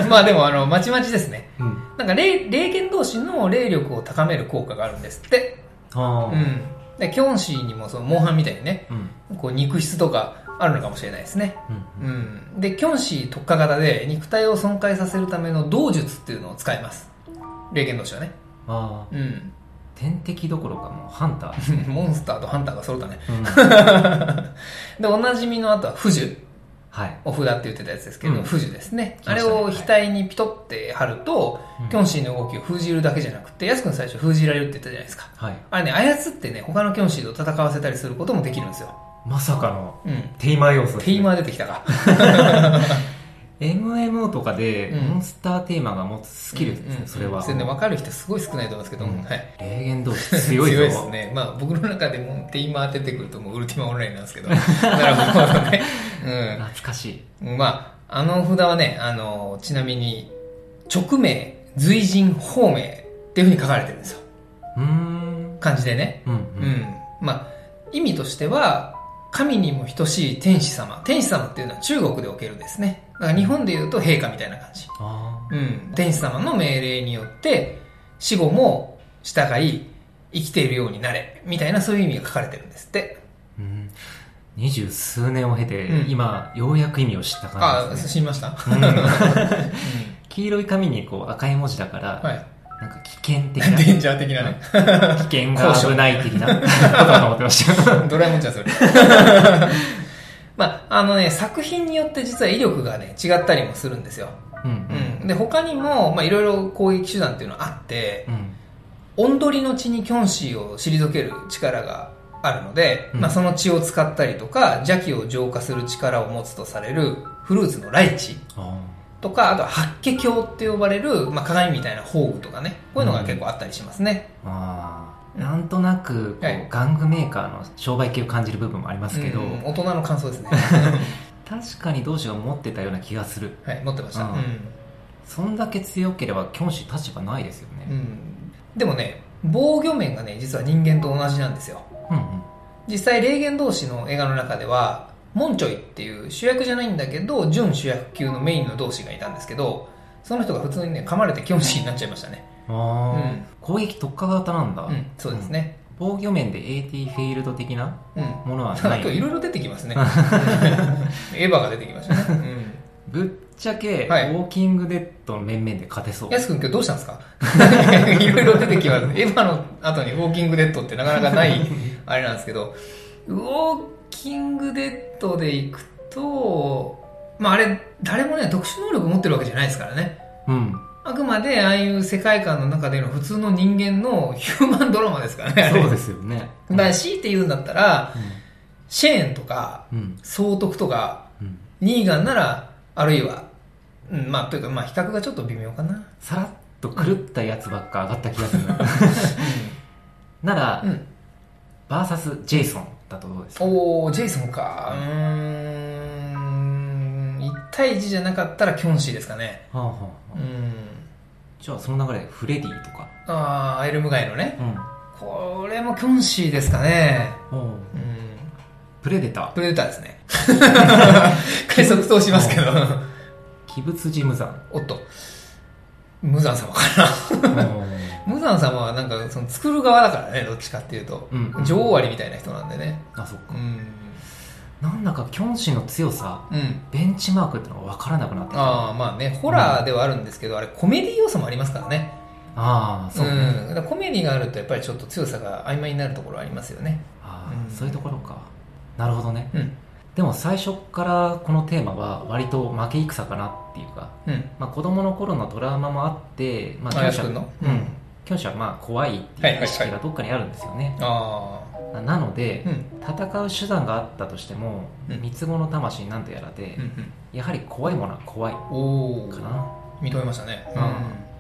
S2: まあでも、あの、まちまちですね。
S3: うん、
S2: なんか霊、霊剣同士の霊力を高める効果があるんですって。
S3: あ
S2: う
S3: ー
S2: ん。で、キョンシーにも、その、モンハンみたいにね、
S3: うん
S2: こう、肉質とかあるのかもしれないですね。
S3: うん
S2: うん、でキョンシー特化型で肉体を損壊させるための道術っていうのを使います霊剣同士はね、
S3: ああ
S2: うん、
S3: 天敵どころかもうハンター、
S2: モンスターとハンターが揃ったね
S3: うん
S2: でおなじみのあとはフジュ
S3: はい
S2: お札って言ってたやつですけど、
S3: うん
S2: フジュですね
S3: 来
S2: あ
S3: ま
S2: れ
S3: したね
S2: を額にピトって貼ると、
S3: うん
S2: キョンシーの動きを封じるだけじゃなくてやすくん最初封じられるって言ったじゃないですか
S3: はい
S2: あれね操ってね他のキョンシーと戦わせたりすることもできるんですよ、
S3: まさかの
S2: うん、
S3: テイマー要素です
S2: テ
S3: ね
S2: イマー出てきたか
S3: MMO とかで
S2: うん
S3: モンスターテーマが持つスキルですね、
S2: うんうん
S3: それは
S2: それね分かる人すごい少ないと思いますけど、
S3: うん
S2: はい
S3: 霊言同士強 いぞ
S2: ですね。まあ僕の中でもって今当ててくるともうウルティマオンラインなん ですけど。なるほどね。
S3: 懐かしい
S2: うん。まあ、あの札はね、あの、ちなみに、直名、随人、方名っていうふうに書かれてるんですよ。
S3: うーん
S2: 漢字でね。
S3: うんう
S2: うんん。まあ、意味としては、神にも等しい天使様。天使様っていうのは中国でおけるですね。だから日本で言うと陛下みたいな感じ。
S3: あ
S2: うん、天使様の命令によって死後も従い生きているようになれみたいなそういう意味が書かれてるんですって、
S3: ーうん二十数年を経て、
S2: うん
S3: 今ようやく意味を知った感
S2: あ
S3: じ
S2: あ
S3: ですね
S2: 知りま した、
S3: うん
S2: うん
S3: 黄色い紙にこう赤い文字だから、
S2: はい、
S3: なんか危険的
S2: デンジャー的なね
S3: な危険が危ない的なことだと思って ました
S2: ドラえもんじゃんそれまああのね作品によって実は威力がね違ったりもするんですよ、
S3: うん
S2: うん、で他にもまあいろいろ攻撃手段っていうのはあって
S3: うんうん
S2: オンドリの血にキョンシーを退ける力があるので、
S3: うん
S2: まあ、その血を使ったりとか邪気を浄化する力を持つとされるフルーツのライチ
S3: あ
S2: とかあとは白血鏡って呼ばれる、まあ、鏡みたいな宝具とかねこういうのが結構あったりしますね、
S3: ーあーなんとなくこう、
S2: はい
S3: 玩具メーカーの商売系を感じる部分もありますけど、
S2: うん大人の感想です ね、
S3: 確かに同志が持ってたような気がする
S2: はい、持ってました、
S3: うん
S2: う
S3: そんだけ強ければ教師立場ないですよね
S2: んうんでもね防御面がね実は人間と同じなんですよ
S3: うんうん
S2: 実際霊言同士の映画の中ではモンチョイっていう主役じゃないんだけど準主役級のメインの同士がいたんですけどその人が普通にね噛まれてキョンシーになっちゃいましたね
S3: あ
S2: う
S3: ー
S2: ん、
S3: 攻撃特化型なんだ、
S2: うん、そうですね、
S3: 防御面で AT フェイルド的な
S2: うん。
S3: ものは
S2: な
S3: なんい
S2: かいろいろ出てきますね。うんエヴァが出てきましたね。
S3: ぶっちゃけ、
S2: はい
S3: ウォーキングデッドの面々で勝てそう
S2: やすくん今日どうしたんですか いろいろ出てきます。エヴァの後にウォーキングデッドってなかなかないあれなんですけど、ウォーキングデッドで行くと、まああれ、誰もね、特殊能力持ってるわけじゃないですからね。
S3: うん
S2: あくまでああいう世界観の中での普通の人間の ヒューマンドラマですからね。あれ
S3: そうですよね
S2: だから強いて言うんだったら、
S3: う
S2: シェーンとか、
S3: んうん
S2: 総督とか、
S3: うん
S2: ニーガンなら、あるいは、うん、まあ、というか、まあ、比較がちょっと微妙かな。
S3: さらっと狂ったやつばっか上がった気がする なら、
S2: うん。
S3: バーサスジェイソンだとどうですか
S2: おー、ジェイソンか。うーん。1対1じゃなかったら、キョンシーですかね。
S3: はあはあ
S2: う
S3: はあ
S2: ん。
S3: じゃあその流れでフレディとか
S2: あー、アイルムガイのね。
S3: うん
S2: これもキョンシーですかね。
S3: おう
S2: うん。
S3: プレデター
S2: プレデターです ね。快速通しますけど。
S3: 鬼物ジム ザン
S2: おっと。無惨様かな。
S3: おう
S2: 無惨様はなんか、その作る側だからね、どっちかっていうと。
S3: うん
S2: 女王アリみたいな人なんでね。
S3: あそっか
S2: うん。
S3: なんだかキョンシーの強さ
S2: うん。
S3: ベンチマークってのが分からなくなってきたあ
S2: ああ、まあね、ホラーではあるんですけど、あれコメディ要素もありますからね。
S3: あーそうね、
S2: ん。だからコメディがあるとやっぱりちょっと強さが曖昧になるところありますよね。
S3: あ
S2: うん
S3: あそういうところかなるほどね
S2: うん。
S3: でも最初からこのテーマは割と負け戦かなっていうか、
S2: うん。
S3: まあ、子供の頃のトラウマもあって、まあ、
S2: あやすくん
S3: は
S2: の
S3: う
S2: うん
S3: ん教師はまあ怖いっていう意識がどっかにあるんですよね、
S2: あ
S3: ななので
S2: あ。うん。
S3: 戦う手段があったとしても、
S2: うん
S3: 三つ子の魂なんとやらで
S2: う、ん。
S3: やはり怖いものは怖い
S2: うん。おお。
S3: かな、
S2: 認めましたね。
S3: うん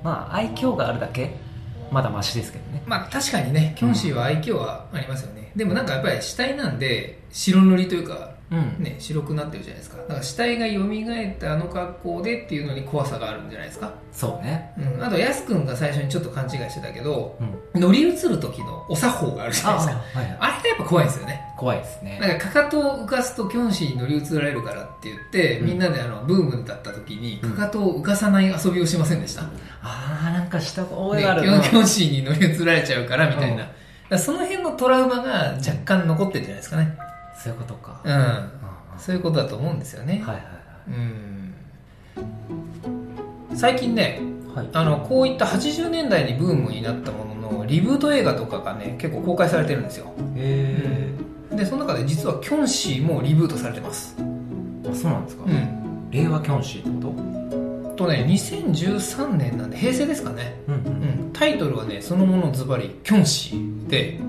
S3: まあ愛嬌があるだけまだマシですけどね
S2: まあ確かにね、キョンシーは愛嬌はありますよね。でもなんかやっぱり死体なんで、白塗りというか、
S3: うん
S2: ね、白くなってるじゃないですか。だから死体が蘇ったあの格好でっていうのに怖さがあるんじゃないですか。
S3: そうね
S2: うん。あと、やすくんが最初にちょっと勘違いしてたけど、
S3: うん
S2: 乗り移る時のお作法があるじゃないですか。
S3: あ、はいは
S2: あれがやっぱ怖いんですよね。
S3: い、怖いですね
S2: なんか、かかとを浮かすと、キョンシーに乗り移られるからって言って、
S3: うん
S2: みんなであの、ブームだった時に、
S3: う
S2: か
S3: ん
S2: かとを浮かさない遊びをしませんでした。
S3: ああなんかした覚
S2: で
S3: え
S2: キ
S3: があるな
S2: ョンキョ ンシーに乗り移られちゃうから、みたいな。
S3: うん
S2: だからその辺のトラウマが若干残ってるんじゃないですかね。
S3: そういうことか、
S2: う
S3: うん
S2: ん。
S3: は
S2: そういうことだと思うんですよ
S3: い
S2: ね。
S3: はい
S2: うん。最近ね、
S3: はいはい
S2: あの、こういった80年代にブームになったものの、リブート映画とかがね、結構公開されてるんですよ。
S3: え
S2: でその中で実はキョンシーもリブートされてます、
S3: ー、あそうなんですか、
S2: ん、
S3: 令和キョンシーってこと
S2: とね2013年なんで平成ですかね、
S3: うんう
S2: うんん、タイトルはねそのものズバリ「キョンシー」で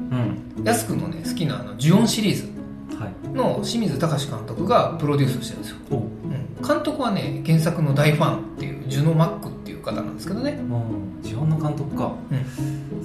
S3: うん、
S2: やすくんのね好きなあのジュオンシリーズ
S3: はい
S2: の清水隆監督がプロデュースしてるんですよ、
S3: おう
S2: うん、監督はね原作の大ファンっていうジュノ・マックっていう方なんですけどね
S3: うん自分の監督か、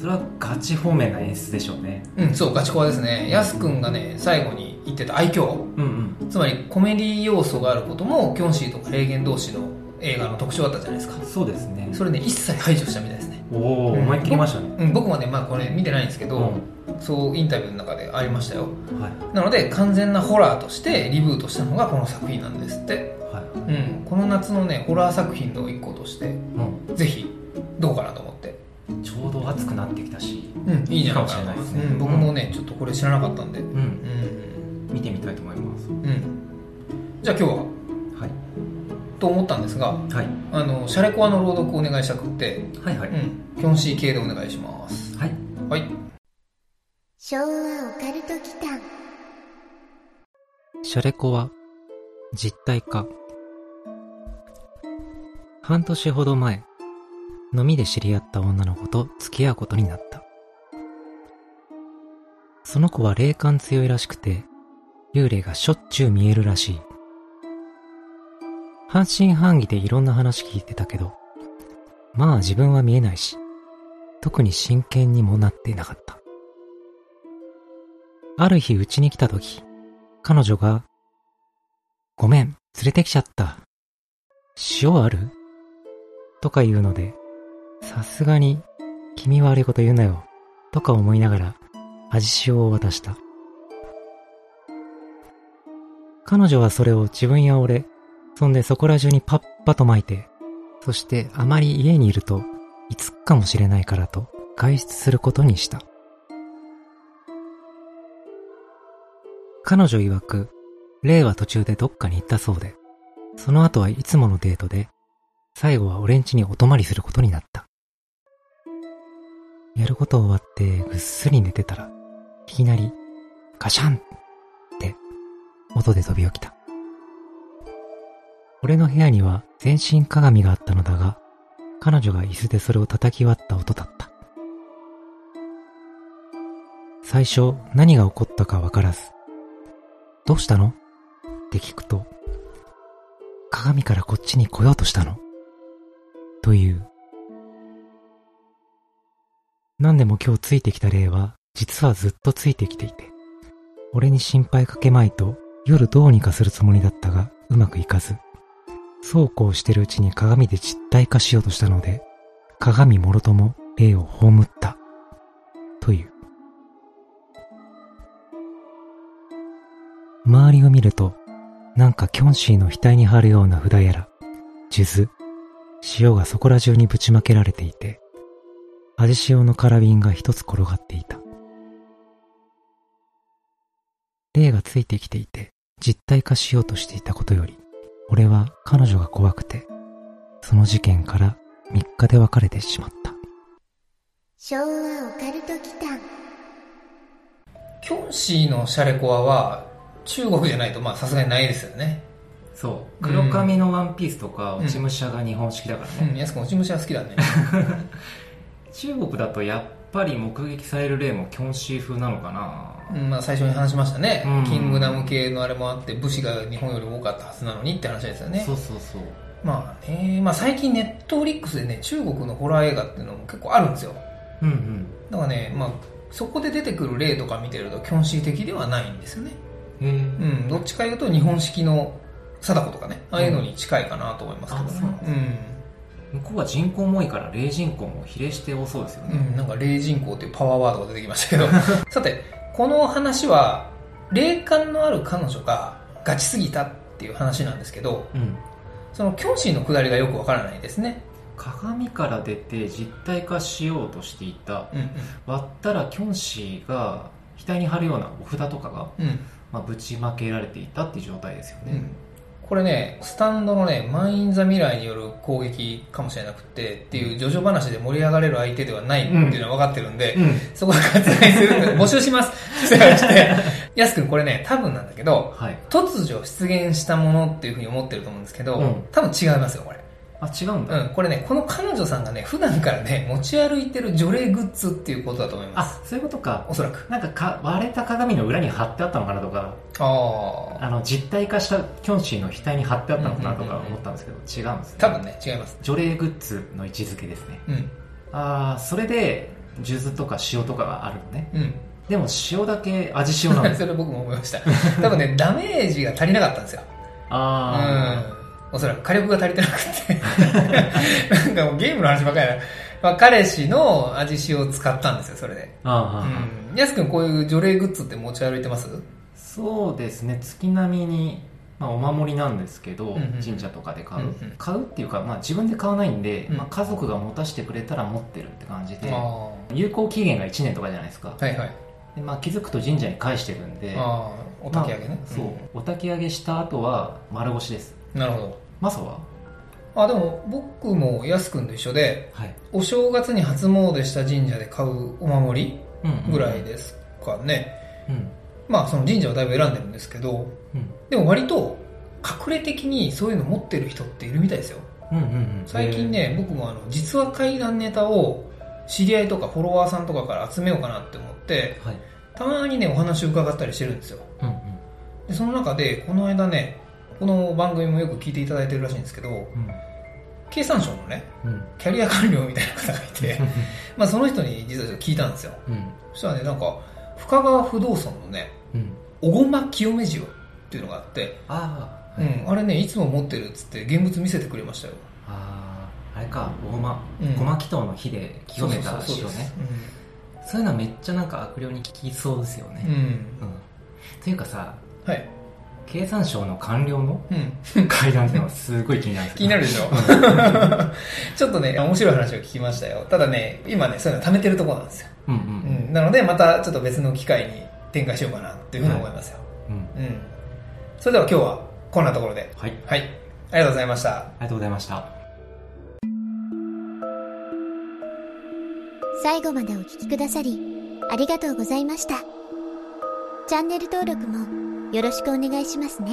S3: それはガチ方面な演出でしょうね
S2: うんそうガチコアですねやすくんがね最後に言ってた愛嬌
S3: うんうん
S2: つまりコメディ要素があることもキョンシーとか平原同士の映画の特徴だったじゃないですか
S3: そうですね
S2: それね一切排除したみたいですね
S3: おお
S2: うん
S3: 思い切りましたね
S2: うん、僕もね、まあ、これ見てないんですけ
S3: う
S2: ど、そうインタビューの中でありましたよ
S3: んはい
S2: なので完全なホラーとしてリブートしたのがこの作品なんですって、
S3: はい
S2: うん、この夏のねホラー作品の一個として
S3: う
S2: ぜひどうかなと思って、
S3: んちょうど暑くなってきたし
S2: うん、いいじゃない
S3: かもしれないですね
S2: うん、僕もねちょっとこれ知らなかったんでう
S3: うん
S2: ん
S3: 見てみたいと思います
S2: うんじゃあ今日は
S3: はい
S2: と思ったんですが
S3: はい
S2: あのシャレコアの朗読お願いしたくって、
S3: はいは
S2: う
S3: い、
S2: ん、キョンシー系でお願いします
S3: はい
S2: はい
S1: 昭和オカルト祈間
S3: シャレコは実体化半年ほど前飲みで知り合った女の子と付き合うことになったその子は霊感強いらしくて幽霊がしょっちゅう見えるらしい半信半疑でいろんな話聞いてたけどまあ自分は見えないし特に真剣にもなってなかったある日うちに来た時彼女が、ごめん、連れてきちゃった。塩あるとか言うので、さすがに、君は悪いこと言うなよ。とか思いながら、味塩を渡した。彼女はそれを自分や俺、そんでそこら中にパッパと巻いて、そしてあまり家にいると、いつくかもしれないからと、外出することにした。彼女曰く、レイは途中でどっかに行ったそうで、その後はいつものデートで、最後は俺ん家にお泊まりすることになった。やること終わってぐっすり寝てたら、いきなり、ガシャンって、音で飛び起きた。俺の部屋には全身鏡があったのだが、彼女が椅子でそれを叩き割った音だった。最初何が起こったかわからず、どうしたのって聞くと、鏡からこっちに来ようとしたの。という。何でも今日ついてきた霊は、実はずっとついてきていて、俺に心配かけまいと、夜どうにかするつもりだったが、うまくいかず、そうこうしてるうちに鏡で実体化しようとしたので、鏡もろとも霊を葬った。という。周りを見ると、なんかキョンシーの額に貼るような札やら、数珠、塩がそこら中にぶちまけられていて、味塩の空瓶が一つ転がっていた。霊がついてきていて、実体化しようとしていたことより、俺は彼女が怖くて、その事件から3日で別れてしまった。
S1: 昭和オカルト祈間
S2: キョンシーのシャレコアは、中国じゃないと、まあ、さすがにないですよね。
S3: そう。
S2: 黒髪
S3: のワンピースとか、
S2: 落ち武
S3: 者が日本式だから
S2: うん、安くん、落ち虫は好きだね。
S3: 中国だとやっぱり目撃される例もキョンシー風なのかな、
S2: うんまあ、最初に話しましたね、
S3: うん
S2: キングダム系のあれもあって、武士が日本より多かったはずなのにって話ですよね。
S3: そうそうそう
S2: まあね、まあ最近ネットフリックスでね、中国のホラー映画っていうのも結構あるんですよ。
S3: うんうん
S2: だからね、まあ、そこで出てくる例とか見てると、キョンシー的ではないんですよね。
S3: へえ
S2: うん、どっちかいうと日本式の貞子とかね、ああいうのに近いかなと思いますけどね
S3: あ。向こうは人口も多いから霊人口も比例して多そうですよ
S2: うん、
S3: ね、
S2: うん、なんか霊人口っていうパワーワードが出てきました けど。さて、この話は、霊感のある彼女がガチすぎたっていう話なんですけど、
S3: うん
S2: そのキョンシーのくだりがよくわからないですね。
S4: 鏡から出て実体化しようとしていた
S2: うん
S4: 割ったらキョンシーが額に貼るようなお札とかが、
S2: うん。
S4: まあ、ぶちまけられていたっていう状態ですよ
S2: う
S4: ね、
S2: ん。これね、スタンドのね、満員ザ未来による攻撃かもしれなくてっていう、ジョジョ話で盛り上がれる相手ではないっていうのは分かってるんで、そこは割愛するので募集します。 そうして、やすくんこれね、多分なんだけど、
S4: はい
S2: 突如出現したものっていうふうに思ってると思うんですけど、
S4: うん
S2: 多分違いますよ、これ。
S4: あ違うんだ、
S2: うん、これね、この彼女さんがね、普段からね、持ち歩いてる除霊グッズっていうことだと思います。
S4: あそういうことか
S2: おそらく。
S4: なんかか割れた鏡の裏に貼ってあったのかなとか
S2: ああ。
S4: あの実体化したキョンシーの額に貼ってあったのかなと
S2: うんうん
S4: か
S2: うんうん
S4: 思ったんですけど、違うんですね
S2: 多分ね、違います。
S4: 除霊グッズの位置づけですね
S2: うん。
S4: ああそれで数珠とか塩とかがあるのね
S2: うん。
S4: でも塩だけ味塩なんです
S2: それ僕も思い ました。多分ね、ダメージが足りなかったんですよ。う
S4: ああ、
S2: ん。おそらく火力が足りて なくて。なんかもうゲームの話ばっかりやな。まあ、彼氏の味塩を使ったんですよ、それで。
S4: ああ、
S2: うん。やすくん、こういう除霊グッズって持ち歩いてます
S4: そうですね月並みに、まあ、お守りなんですけど、
S2: うんうん
S4: 神社とかで買う、
S2: うんうん
S4: 買うっていうか、まあ、自分で買わないんで、
S2: うん
S4: まあ、家族が持たせてくれたら持ってるって感じで、
S2: あ
S4: 有効期限が1年とかじゃないですか
S2: あ。はいはい。
S4: で、まあ、気づくと神社に返してるんで
S2: ああ、お焚き上げね
S4: ま。あそう、お焚き上げした後は丸腰です
S2: うん。なるほど。
S4: マサは
S2: あ、でも、僕もやすくんと一緒で、
S4: はい、
S2: お正月に初詣した神社で買うお守り
S4: うんうん
S2: ぐらいですかね。
S4: うん
S2: まあ、その神社はだいぶ選んでるんですけど、
S4: うん
S2: でも割と隠れ的にそういうの持ってる人っているみたいですよ。
S4: うんうんうん
S2: 最近ね、僕もあの、実は怪談ネタを知り合いとかフォロワーさんとかから集めようかなって思って、
S4: はい
S2: たまにね、お話を伺ったりしてるんですよ。
S4: うんうん
S2: で、その中で、この間ね、この番組もよく聞いていただいてるらしいんですけど、経産省のね、
S4: うんうん
S2: キャリア官僚みたいな方がいて、まあその人に実はちょっと聞いたんですよ。
S4: うん
S2: そしたらね、なんか、深川不動産のね、
S4: うん
S2: 小駒清め塩っていうのがあって、
S4: ああ、
S2: う
S4: はい
S2: ん、あれね、いつも持ってるっつって、現物見せてくれましたよ。
S4: あああれかごま
S2: うん
S4: ごま祈祷の火で清めた塩ね
S2: そうそうそう
S4: そういうのはめっちゃなんか悪霊に効きそうですよ
S2: うん。う
S4: ね、
S2: ん
S4: うんというかさ
S2: はい。
S4: 経産省の官僚の
S2: うん。
S4: 階段っていうのはすごい気になるんです
S2: 気にな
S4: る
S2: る でしょちょっとね、面白い話を聞きましたよ。ただね、今ね、そういうの貯めてるところなんですよ。
S4: うんう
S2: うんん。なので、またちょっと別の機会に展開しようかなっていうふうに思いますよ。
S4: うん
S2: うん。それでは今日はこんなところで。
S4: はいあり
S2: はい。ありがとうございました。
S4: がとうございました
S1: 最後までお聞きくださり、ありがとうございました。チャンネル登録もよろしくお願いしますね。